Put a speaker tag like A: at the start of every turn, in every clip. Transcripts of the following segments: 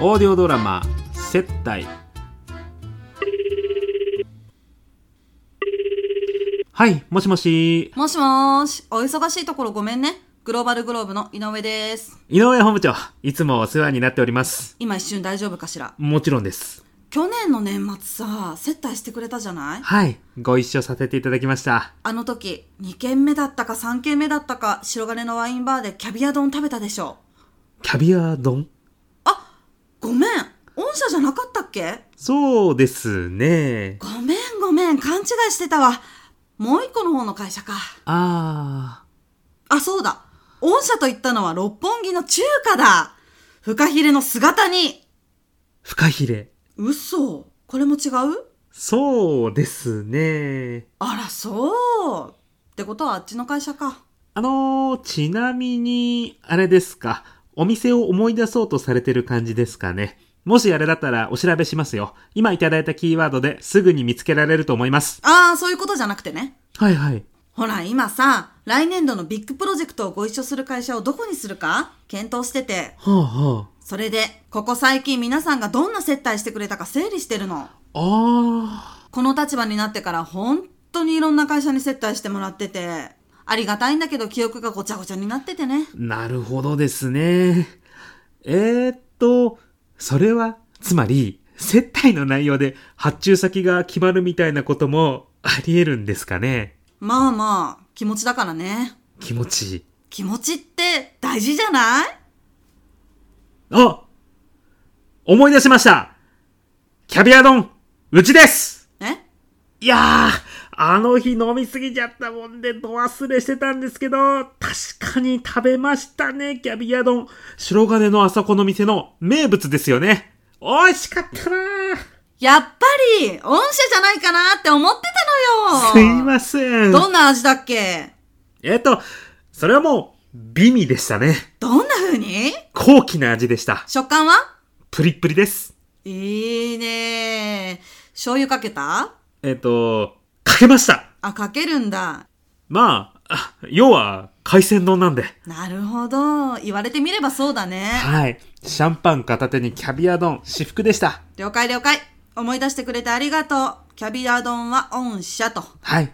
A: オーディオドラマ「接待」はいもしもし
B: もしもーし、お忙しいところごめんね。グローバルグローブの井上です。
A: 井上本部長いつもお世話になっております
B: 今一瞬大丈夫かしら。
A: もちろんです
B: 去年の年末さ、接待してくれたじゃない
A: はいご一緒させていただきました
B: あの時、2軒目だったか3軒目だったか、白金のワインバーでキャビア丼食べたでしょ。
A: キャビア丼
B: ごめん、御社じゃなかったっけ
A: そうですね
B: ごめんごめん、勘違いしてたわ。もう一個の方の会社か。
A: あ
B: あ、そうだ。御社と言ったのは六本木の中華だ。フカヒレの姿に。
A: ーフカヒレ
B: 嘘。これも違う
A: そうですね
B: あら、そう。ってことはあっちの会社か。
A: あのー、ちなみに、あれですか。お店を思い出そうとされてる感じですかね。もしあれだったらお調べしますよ。今いただいたキーワードですぐに見つけられると思います。
B: ああ、そういうことじゃなくてね。
A: はいはい。
B: ほら、今さ、来年度のビッグプロジェクトをご一緒する会社をどこにするか検討してて。
A: はあは
B: それで、ここ最近皆さんがどんな接待してくれたか整理してるの。
A: あ。あ
B: この立場になってから本当にいろんな会社に接待してもらってて。ありがたいんだけど記憶がごちゃごちゃになっててね。
A: ー。なるほどですね。えー、っと、それは、つまり、接待の内容で発注先が決まるみたいなこともあり得るんですかね。
B: まあまあ、気持ちだからね。
A: 気持ちいい。
B: 気持ちって大事じゃない
A: あ思い出しましたキャビア丼、うちです
B: え
A: いやー、あの日飲みすぎちゃったもんで、ど忘れしてたんですけど、確かに食べましたね、キャビア丼。白金のあそこの店の名物ですよね。美味しかったな
B: やっぱり、御社じゃないかなって思って
A: ー
B: た
A: す
B: の
A: い
B: よ
A: ません。
B: どんな味だっけ
A: えっと、それはもう、美味でしたね。
B: どんな風に
A: 高貴な味でした。
B: 食感は
A: プリップリです。
B: いいね醤油かけた
A: えっと、かけました。
B: あ、かけるんだ。
A: まあ、あ要は、海鮮丼なんで。
B: なるほど。言われてみればそうだね。
A: はい。シャンパン片手にキャビア丼、至福でした。
B: 了解了解。思い出してくれてありがとう。キャビア丼は御社と。
A: はい。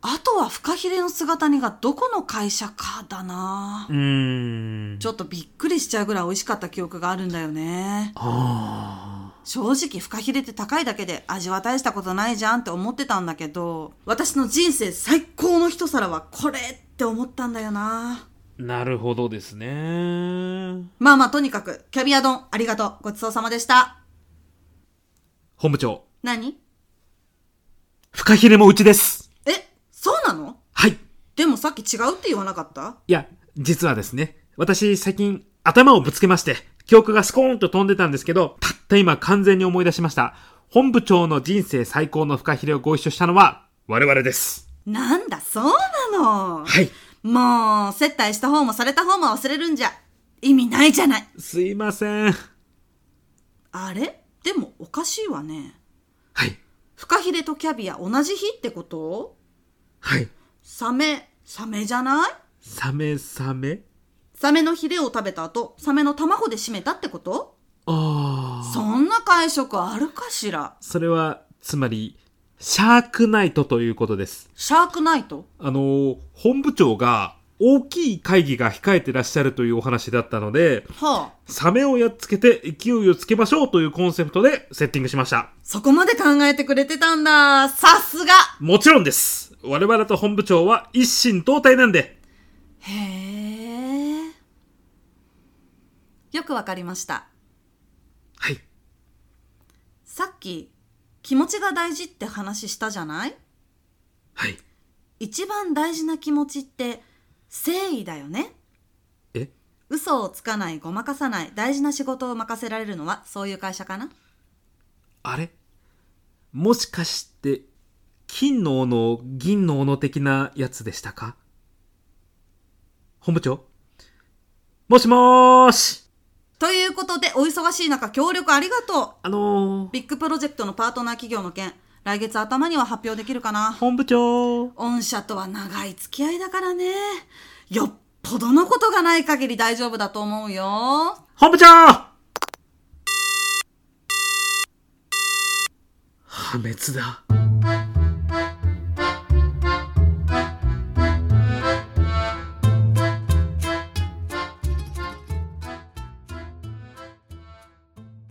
B: あとはフカヒレの姿煮がどこの会社かだな
A: うーん。
B: ちょっとびっくりしちゃうぐらい美味しかった記憶があるんだよね。
A: あ
B: 正直フカヒレって高いだけで味は大したことないじゃんって思ってたんだけど私の人生最高の一皿はこれって思ったんだよな
A: ーなるほどですね。
B: まあまあとにかくキャビア丼ありがとうごちそうさまでした
A: 本部長、
B: 何
A: フカヒレもうちです。
B: えそうなの
A: はい。い
B: でもさっき違うって言わなかった
A: や、実はですね、私最近頭をぶつけまして、記憶がスコーンと飛んでたんですけど、たった今完全に思い出しました。本部長の人生最高のフカヒレをご一緒したのは、我々です。
B: なんだそうなの
A: はい。
B: もう接待した方もされた方も忘れるんじゃ意味ないじゃない
A: すいません。
B: あれでもおかしいわね
A: はい。
B: フカヒレとキャビア同じ日ってこと
A: はい。
B: サメサメじゃない
A: サメサメ
B: サメのヒレを食べた後、サメの卵で締めたってこと
A: ああ。
B: そんな会食あるかしら
A: それは、つまり、シャークナイトということです。
B: シャークナイト
A: あのー、本部長が大きい会議が控えてらっしゃるというお話だったので、
B: はあ、
A: サメをやっつけて勢いをつけましょうというコンセプトでセッティングしました。
B: そこまで考えてくれてたんだ。さすが
A: もちろんです我々と本部長は一心同体なんで
B: へえ。よくわかりました。
A: はい。
B: さっき、気持ちが大事って話したじゃない
A: はい。
B: 一番大事な気持ちって、誠意だよね。
A: え
B: 嘘をつかない、ごまかさない、大事な仕事を任せられるのは、そういう会社かな
A: あれもしかして、金の斧、銀の斧的なやつでしたか本部長もしもーし
B: ということで、お忙しい中、協力ありがとう。
A: あのー、
B: ビッグプロジェクトのパートナー企業の件、来月頭には発表できるかな。
A: 本部長
B: 御社とは長い付き合いだからね。よっぽどのことがない限り大丈夫だと思うよ。
A: 本部長破滅だ。